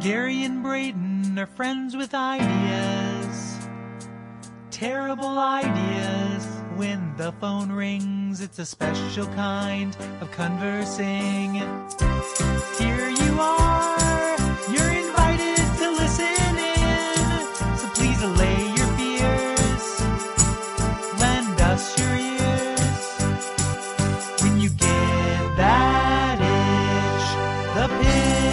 Gary and Braden are friends with ideas. Terrible ideas. When the phone rings, it's a special kind of conversing. Here you are. You're invited to listen in. So please allay your fears. Lend us your ears. When you get that itch, the pitch.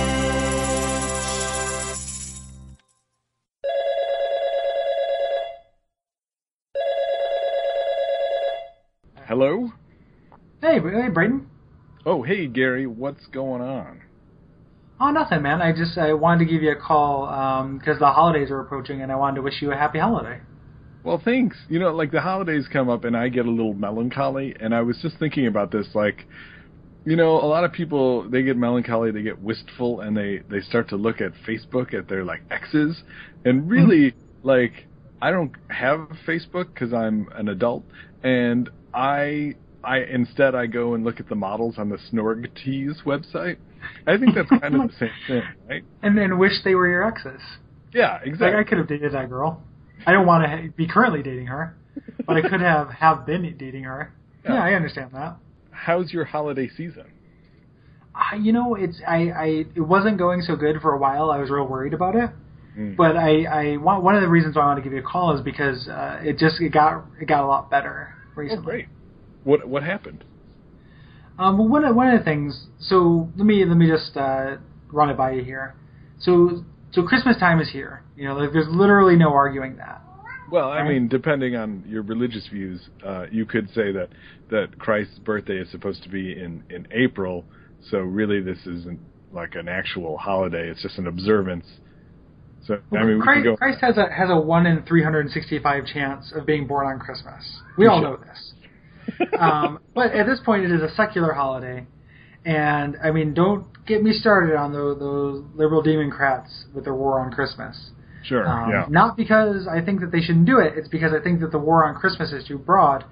Hello? Hey, Br- hey, Braden. Oh, hey, Gary, what's going on? Oh, nothing, man. I just I wanted to give you a call because the holidays are approaching, and I wanted to wish you a happy holiday. Well, thanks. You know, like the holidays come up and I get a little melancholy, and I was just thinking about this. Like, you know, a lot of people, they get melancholy, they get wistful, and they, they start to look at Facebook at their, like, exes. And really, like, I don't have Facebook because I'm an adult, and I. I instead I go and look at the models on the Snorg Tees website. I think that's kind of the same thing, right? And then wish they were your exes. Yeah, Like exactly. I could have dated that girl. I don't want to ha- be currently dating her, but I could have have been dating her. Yeah, Yeah. I understand that. How's your holiday season? I, you know, it's I, I it wasn't going so good for a while. I was real worried about it. Mm. But I, I want, one of the reasons why I wanted to give you a call is because uh, it just it got it got a lot better Oh, recently. great. What what happened? Um, well, one of, one of the things. So let me let me just uh, run it by you here. So so Christmas time is here. You know, like, there's literally no arguing that. Well, I Right. mean, depending on your religious views, uh, you could say that that Christ's birthday is supposed to be in in April. So really, this isn't like an actual holiday; it's just an observance. So I mean, we Christ, could go. Christ has a has a one in 365 chance of being born on Christmas. We all know this. Um, but at this point, it is a secular holiday, and I mean, don't get me started on those, those liberal democrats with their war on Christmas. sure, Um, yeah, Not because I think that they shouldn't do it. It's because I think that the war on Christmas is too broad,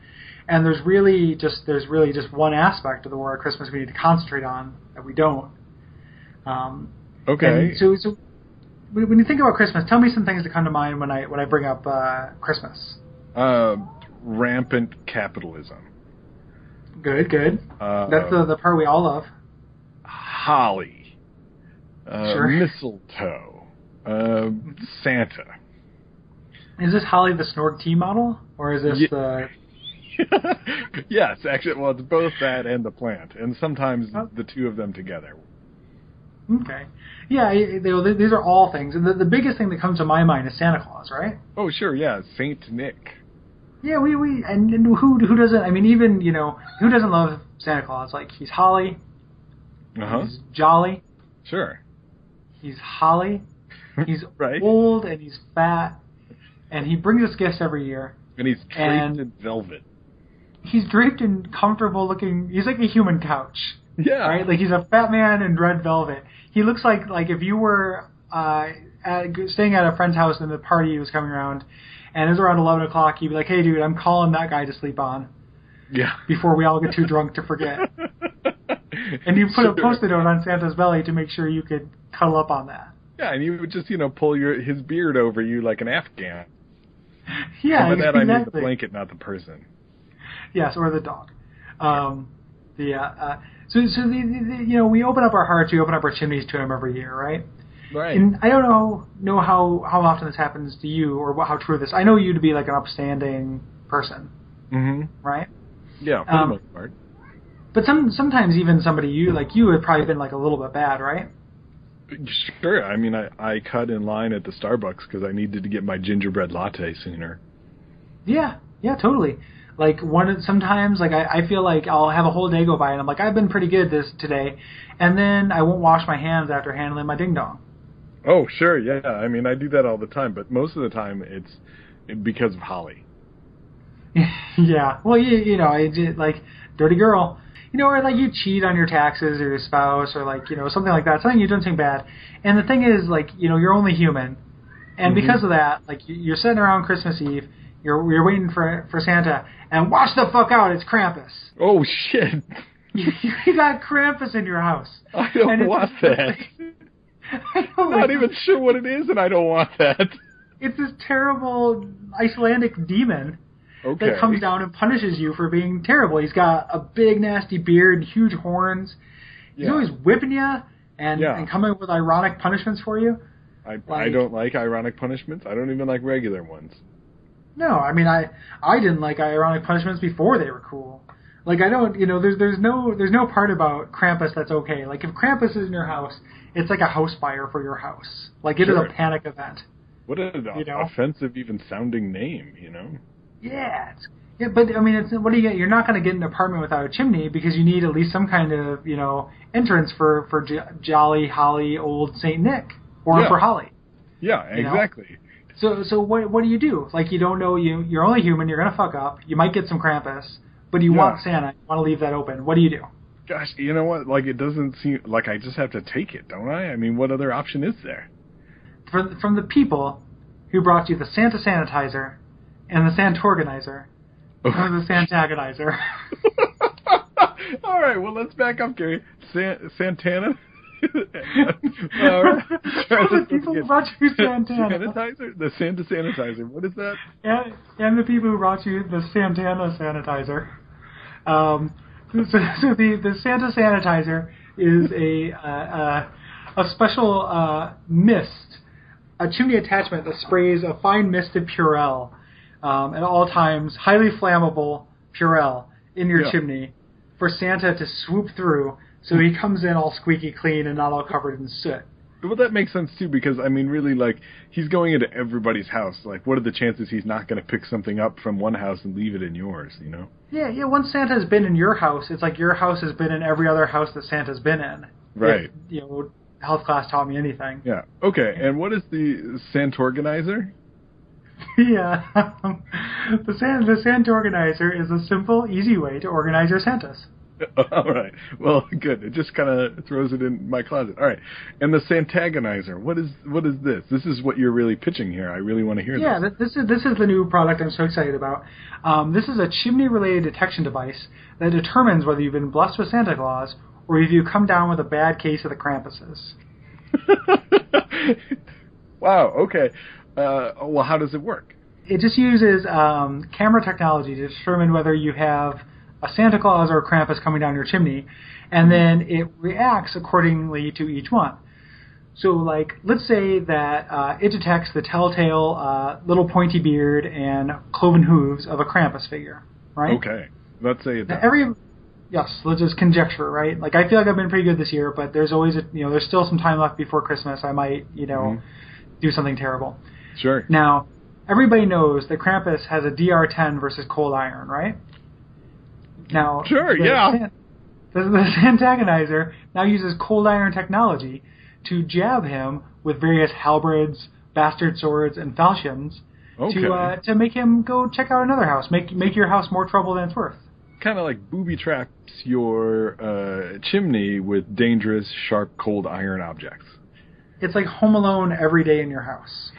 and there's really just there's really just one aspect of the war on Christmas we need to concentrate on that we don't. Um, okay. And so, so when when you think about Christmas, tell me some things that come to mind when I when I bring up uh, Christmas. uh, rampant capitalism. Good, good. Uh, That's the the part we all love. holly, uh, Sure. mistletoe, uh, Santa. Is this Holly the Snorg T model, or is this Ye- the yes, actually, well, it's both that and the plant, and sometimes Oh. the two of them together. okay? Yeah, I- they, they, these are all things, and the, the biggest thing that comes to my mind is Santa Claus, right? Oh, sure, yeah, Saint Nick. Yeah, we we and, and who who doesn't? I mean, even you know who doesn't love Santa Claus? Like he's Holly, Uh huh. he's jolly, Sure. he's Holly, he's Right. old and he's fat, and he brings us gifts every year. And he's draped And- in velvet. He's draped in comfortable looking. He's like a human couch, Yeah. right? Like he's a fat man in red velvet. He looks like like if you were uh at, staying at a friend's house and the party was coming around, and it was around eleven o'clock. You'd be like, "Hey, dude, I'm calling that guy to sleep on." yeah. Before we all get too drunk to forget. And you put a Sure. post-it note on Santa's belly to make sure you could cuddle up on that. Yeah, and you would just you know pull your his beard over you like an Afghan. Yeah, and by that exactly. I mean the blanket, not the person. Yes, or the dog. Um, the uh, uh, so so the, the, the you know we open up our hearts, we open up our chimneys to him every year, right? Right. And I don't know know how how often this happens to you or what, how true this. I know you to be like an upstanding person, hmm right? Yeah, for Um, the most part. But some sometimes even somebody you like you have probably been like a little bit bad, right? Sure. I mean, I I cut in line at the Starbucks because I needed to get my gingerbread latte sooner. Yeah, yeah, totally. Like one of- sometimes like I, I feel like I'll have a whole day go by and I'm like I've been pretty good this today, and then I won't wash my hands after handling my ding dong. Oh, sure, yeah. I mean, I do that all the time, but most of the time it's because of Holly. yeah, well you you know it, it, like dirty girl, you know, or like you cheat on your taxes or your spouse or like you know something like that, something you don't think bad. And the thing is like you know you're only human, and because of that like you- you're sitting around Christmas Eve. You're, you're waiting for for Santa and wash the fuck out. It's Krampus. Oh shit! You, you got Krampus in your house. I don't And it's- want that. I don't I'm not even sure what it is, and I don't want that. It's this terrible Icelandic demon Okay. that comes down and punishes you for being terrible. He's got a big nasty beard and huge horns. He's Yeah. always whipping you and, Yeah. and coming up with ironic punishments for you. I, I like- don't like ironic punishments. I don't even like regular ones. No, I mean I I didn't like ironic punishments before they were cool. Like I don't, you know, there's there's no there's no part about Krampus that's okay. Like if Krampus is in your house, it's like a house fire for your house. Like it is Sure. a panic event. What an You know? offensive, even sounding name. You know. Yeah, it's, yeah, but I mean, it's what do you get? You're not going to get an apartment without a chimney because you need at least some kind of you know entrance for for jo- jolly Holly old Saint Nick or Yeah. for Holly. Yeah, You know? exactly. So so what what do you do? Like you don't know you you're only human. You're gonna fuck up. You might get some Krampus, but you Yeah. want Santa. You want to leave that open. What do you do? Gosh, you know what? Like it doesn't seem like I just have to take it, don't I? I mean, what other option is there? From from the people who brought you the Santa sanitizer and the Santorganizer and the Santagonizer. All right, well let's back up, Gary. San- Santana. All right. The people who brought you Santana. Sanitizer, the Santa sanitizer. What is that? and, and the people who brought you the Santana sanitizer. Um, so, so the the Santa sanitizer is a uh, uh, a special uh, mist, a chimney attachment that sprays a fine mist of Purell um, at all times, highly flammable Purell in your Yeah. chimney for Santa to swoop through. So he comes in all squeaky clean and not all covered in soot. Well, that makes sense too because I mean, really, like he's going into everybody's house. Like, what are the chances he's not going to pick something up from one house and leave it in yours? You know, Yeah, yeah. Once Santa's been in your house, it's like your house has been in every other house that Santa's been in. right? If, you know, health class taught me anything. Yeah. Okay. And what is the Santorganizer? Yeah. Um, the Santa, the Santa organizer is a simple, easy way to organize your Santas. All right. Well, good. It just kind of throws it in my closet. All right. And the Santagonizer. What is what is this? This is what you're really pitching here. I really want to hear Yeah, this. th- this is this is the new product I'm so excited about. Um, this is a chimney-related detection device that determines whether you've been blessed with Santa Claus or if you come down with a bad case of the Krampuses. wow. Okay. Uh, well, how does it work? It just uses um, camera technology to determine whether you have a Santa Claus or a Krampus coming down your chimney, and then it reacts accordingly to each one. So, like, let's say that uh, it detects the telltale uh, little pointy beard and cloven hooves of a Krampus figure, right? Okay. Let's say it's Now, Every yes, let's just conjecture, right? Like, I feel like I've been pretty good this year, but there's always a, you know there's still some time left before Christmas. I might you know do something terrible. sure. Now, everybody knows that Krampus has a DR10 versus cold iron, right? Now, Sure, the yeah. San- The, the Santagonizer now uses cold iron technology to jab him with various halberds, bastard swords, and falchions Okay. to uh, to make him go check out another house, make make your house more trouble than it's worth. kind of like booby traps your uh, chimney with dangerous, sharp, cold iron objects. It's like Home Alone every day in your house,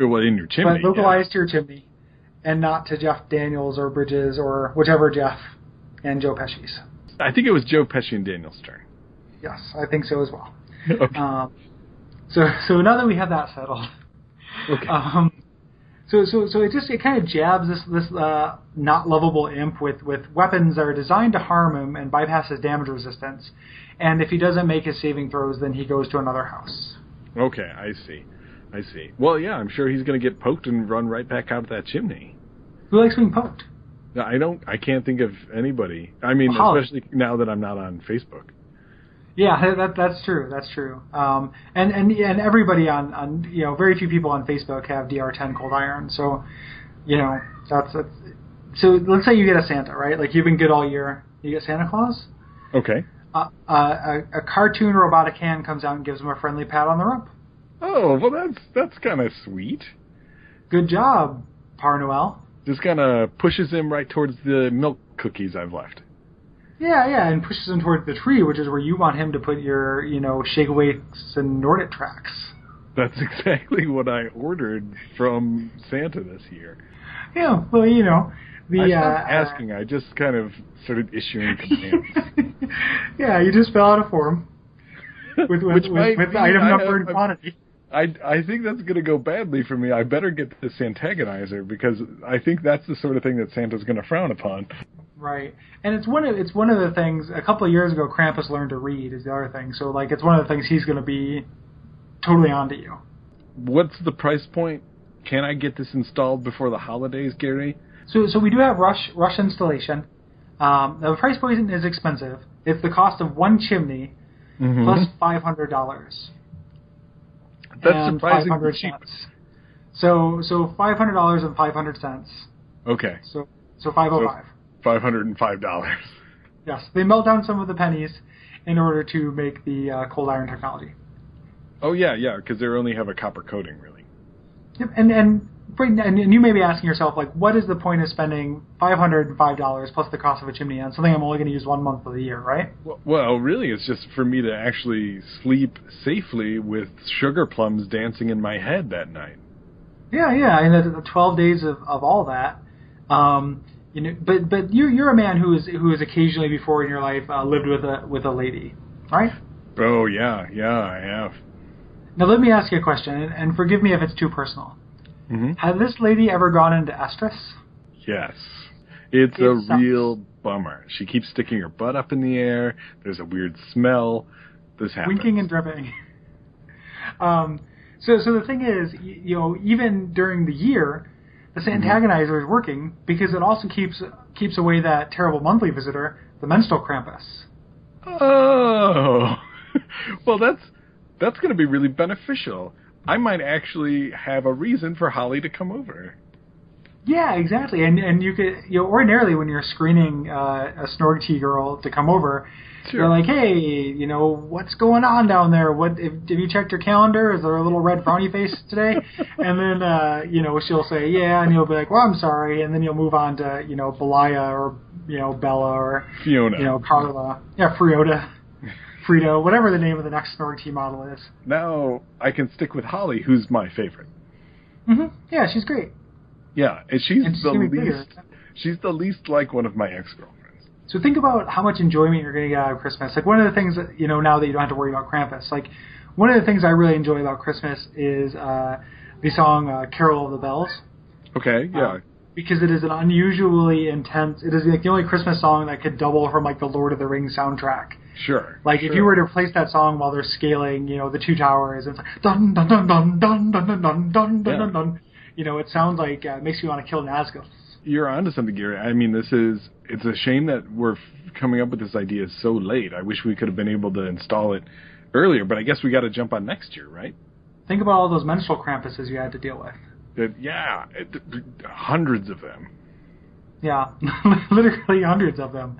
Or well, in your chimney. but localized to your chimney, and not to Jeff Daniels or Bridges or whichever Jeff and Joe Pesci's. yeah. I think it was Joe Pesci and Daniel Stern. Yes, I think so as well. Okay. Um, so so now that we have that settled, okay. um, so so so it just it kind of jabs this this uh, not lovable imp with with weapons that are designed to harm him and bypass his damage resistance, and if he doesn't make his saving throws, then he goes to another house. okay, I see. I see. Well, yeah, I'm sure he's going to get poked and run right back out of that chimney. Who likes being poked? No, I don't. I can't think of anybody. I mean, Wow. especially now that I'm not on Facebook. Yeah, that that's true. That's true. Um, and and and everybody on on you know very few people on Facebook have DR10 cold iron. So, you know that's, that's so. Let's say you get a Santa, right? Like you've been good all year. You get Santa Claus. Okay. Uh, uh, a, a cartoon robotic hand comes out and gives him a friendly pat on the rump. Oh, well, that's that's kind of sweet. Good job, Par Noel. Just kind of pushes him right towards the milk cookies I've left. Yeah, yeah, and pushes him towards the tree, which is where you want him to put your, you know, shake wakes and Nordic tracks. That's exactly what I ordered from Santa this year. Yeah, well, you know, the I uh, stopped uh, asking. I just kind of started issuing commands. yeah, you just fill out a form. with with, Which with, might with be- item I number have- and quantity. I, I think that's going to go badly for me. I better get this antagonizer because I think that's the sort of thing that Santa's going to frown upon. Right, and it's one of it's one of the things. A couple of years ago, Krampus learned to read is the other thing. So like, it's one of the things he's going to be totally onto you. What's the price point? Can I get this installed before the holidays, Gary? So so we do have rush rush installation. Um, the price point is expensive. It's the cost of one chimney Mm-hmm. Mhm. five hundred dollars. that's surprisingly 500 cheap. Cents. So so five hundred dollars and five hundred cents. Okay, So so five oh five. five hundred and five dollars. Yes, they melt down some of the pennies in order to make the uh, cold iron technology. Oh yeah, yeah, because they only have a copper coating, really. Yep, and and right now- and you may be asking yourself like, what is the point of spending five hundred and five dollars plus the cost of a chimney on something I'm only going to use one month of the year, right? Well- Well, really, it's just for me to actually sleep safely with sugar plums dancing in my head that night. Yeah, yeah, and the, the twelve days of, of all that. Um, you know, but but you're you're a man who is who has occasionally before in your life uh, lived with a with a lady, right? Oh yeah, yeah, I have. Now let me ask you a question, and, and forgive me if it's too personal. hmm Had this lady ever gone into estrus? Yes. It's It a sucks. real bummer. She keeps sticking her butt up in the air. There's a weird smell. This happens. winking and dripping. um, so, so the thing is, y- you know, even during the year, this antagonizer is working because it also keeps keeps away that terrible monthly visitor, the menstrual Krampus. oh. well, that's that's going to be really beneficial. I might actually have a reason for Holly to come over. Yeah, exactly. And and you could, you know, ordinarily when you're screening uh, a snorg tea girl to come over, Sure. you're like, hey, you know, what's going on down there? What if, have you checked your calendar? Is there a little red frowny face today? And then uh, you know she'll say, yeah, and you'll be like, well, I'm sorry, and then you'll move on to you know Belaya or you know Bella or Fiona. you know Carla, yeah, Friota, Frito, whatever the name of the next snorg tea model is. Now I can stick with Holly, who's my favorite. hmm Yeah, she's great. Yeah, and she's And she's Mm-hmm. the gonna be least. bigger. She's the least like one of my ex girlfriends. So think about how much enjoyment you're going to get out of Christmas. Like one of the things that you know now that you don't have to worry about Krampus. Like one of the things I really enjoy about Christmas is uh, the song uh, "Carol of the Bells" Okay, yeah, Um, because it is an unusually intense. It is like the only Christmas song that could double from like the Lord of the Rings soundtrack. sure. Like if you sure. were to replace that song while they're scaling, you know, the two towers, it's like dun dun dun dun dun dun dun dun dun Yeah. dun dun. You know, it sounds like uh, it makes you want to kill Nazgul. you're onto something, Gary. I mean, this is it's a shame that we're f- coming up with this idea so late. I wish we could have been able to install it earlier, but I guess we got to jump on next year, right? Think about all those menstrual Krampuses you had to deal with. That, Uh, yeah, it, hundreds of them. Yeah, literally hundreds of them.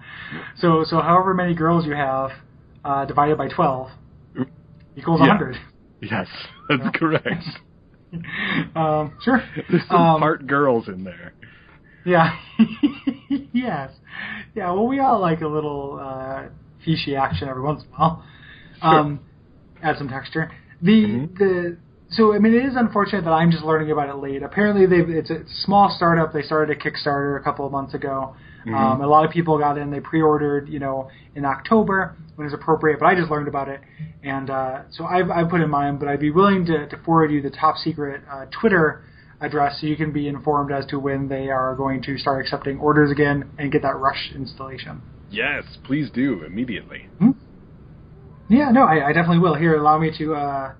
So so however many girls you have uh, divided by twelve equals a Yeah. hundred. Yes, that's Yeah. correct. Um, sure. There's some Um, part girls in there. Yeah. yes. Yeah. Well, we all like a little uh, fishy action every once in a while. Um, add some texture. The Mhm. the so I mean it is unfortunate that I'm just learning about it late. Apparently they've it's a small startup. They started a Kickstarter a couple of months ago. Um, a lot of people got in. They pre-ordered you know in October when it's appropriate. But I just learned about it, and uh, so I've I've put in mine. But I'd be willing to, to forward you the top secret uh, Twitter address so you can be informed as to when they are going to start accepting orders again and get that rush installation. Yes, please do immediately. Hmm? Yeah, no, I, I definitely will. Here, allow me to. Uh...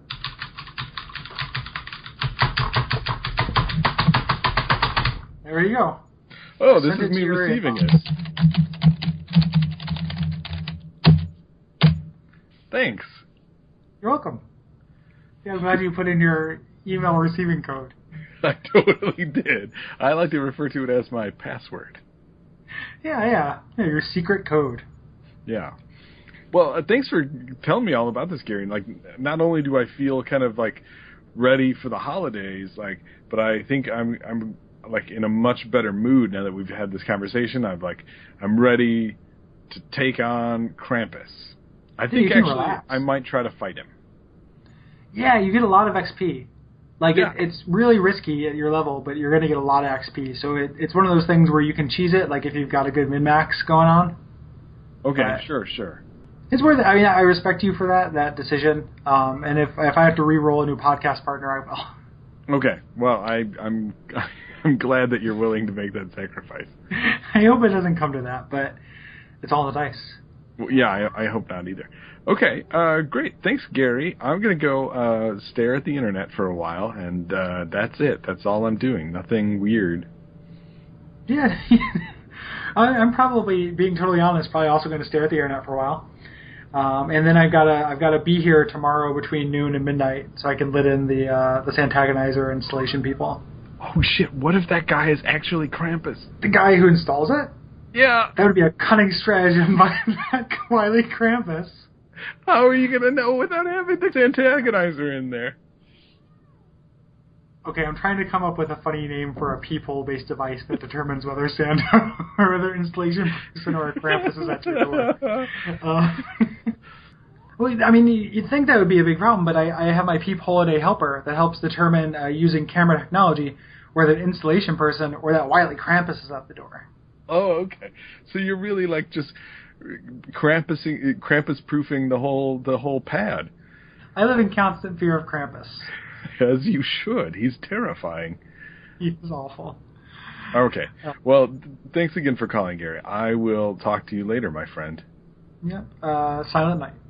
There you go. Oh, this Send it is me to your receiving it. inbox. Thanks. You're welcome. Yeah, I'm glad you put in your email receiving code. I totally did. I like to refer to it as my password. Yeah, yeah, yeah your secret code. Yeah. Well, uh, thanks for telling me all about this, Gary. Like, not only do I feel kind of like ready for the holidays, like, but I think I'm I'm like in a much better mood now that we've had this conversation. I'm like, I'm ready to take on Krampus. I Yeah, you think can actually relax. I might try to fight him. Yeah, you get a lot of XP. Like Yeah. it, it's really risky at your level, but you're going to get a lot of XP. So it, it's one of those things where you can cheese it, like if you've got a good min max going on. Okay, Right. sure, sure. It's worth it. I mean, I respect you for that that decision. Um, and if if I have to re-roll a new podcast partner, I will. Okay. Well, I, I'm I'm glad that you're willing to make that sacrifice. I hope it doesn't come to that, but it's all the dice. Well, yeah, I, I hope not either. Okay. Uh, great. Thanks, Gary. I'm gonna go uh, stare at the internet for a while, and uh, that's it. That's all I'm doing. Nothing weird. Yeah, I, I'm probably being totally honest. Probably also going to stare at the internet for a while, um, and then I've got to I've got to be here tomorrow between noon and midnight so I can let in the uh, the Santagonizer installation people. Oh shit! What if that guy is actually Krampus? The guy who installs it. Yeah. That would be a cunning stratagem by that wily Krampus. How are you gonna know without having the antagonizer in there? Okay, I'm trying to come up with a funny name for a people-based device that determins whether Santa or other installation person or a Krampus is actually the one. Uh, well, I mean, you'd think that would be a big problem, but I, I have my Peep Holiday Helper that helps determine uh, using camera technology whether an installation person or that wily Krampus is at the door. oh, okay. So you're really like just Krampusing, Krampus proofing the whole the whole pad, I live in constant fear of Krampus. as you should. He's terrifying. He's awful. Okay. Well, th- thanks again for calling, Gary. I will talk to you later, my friend. Yep. Uh, Silent Night.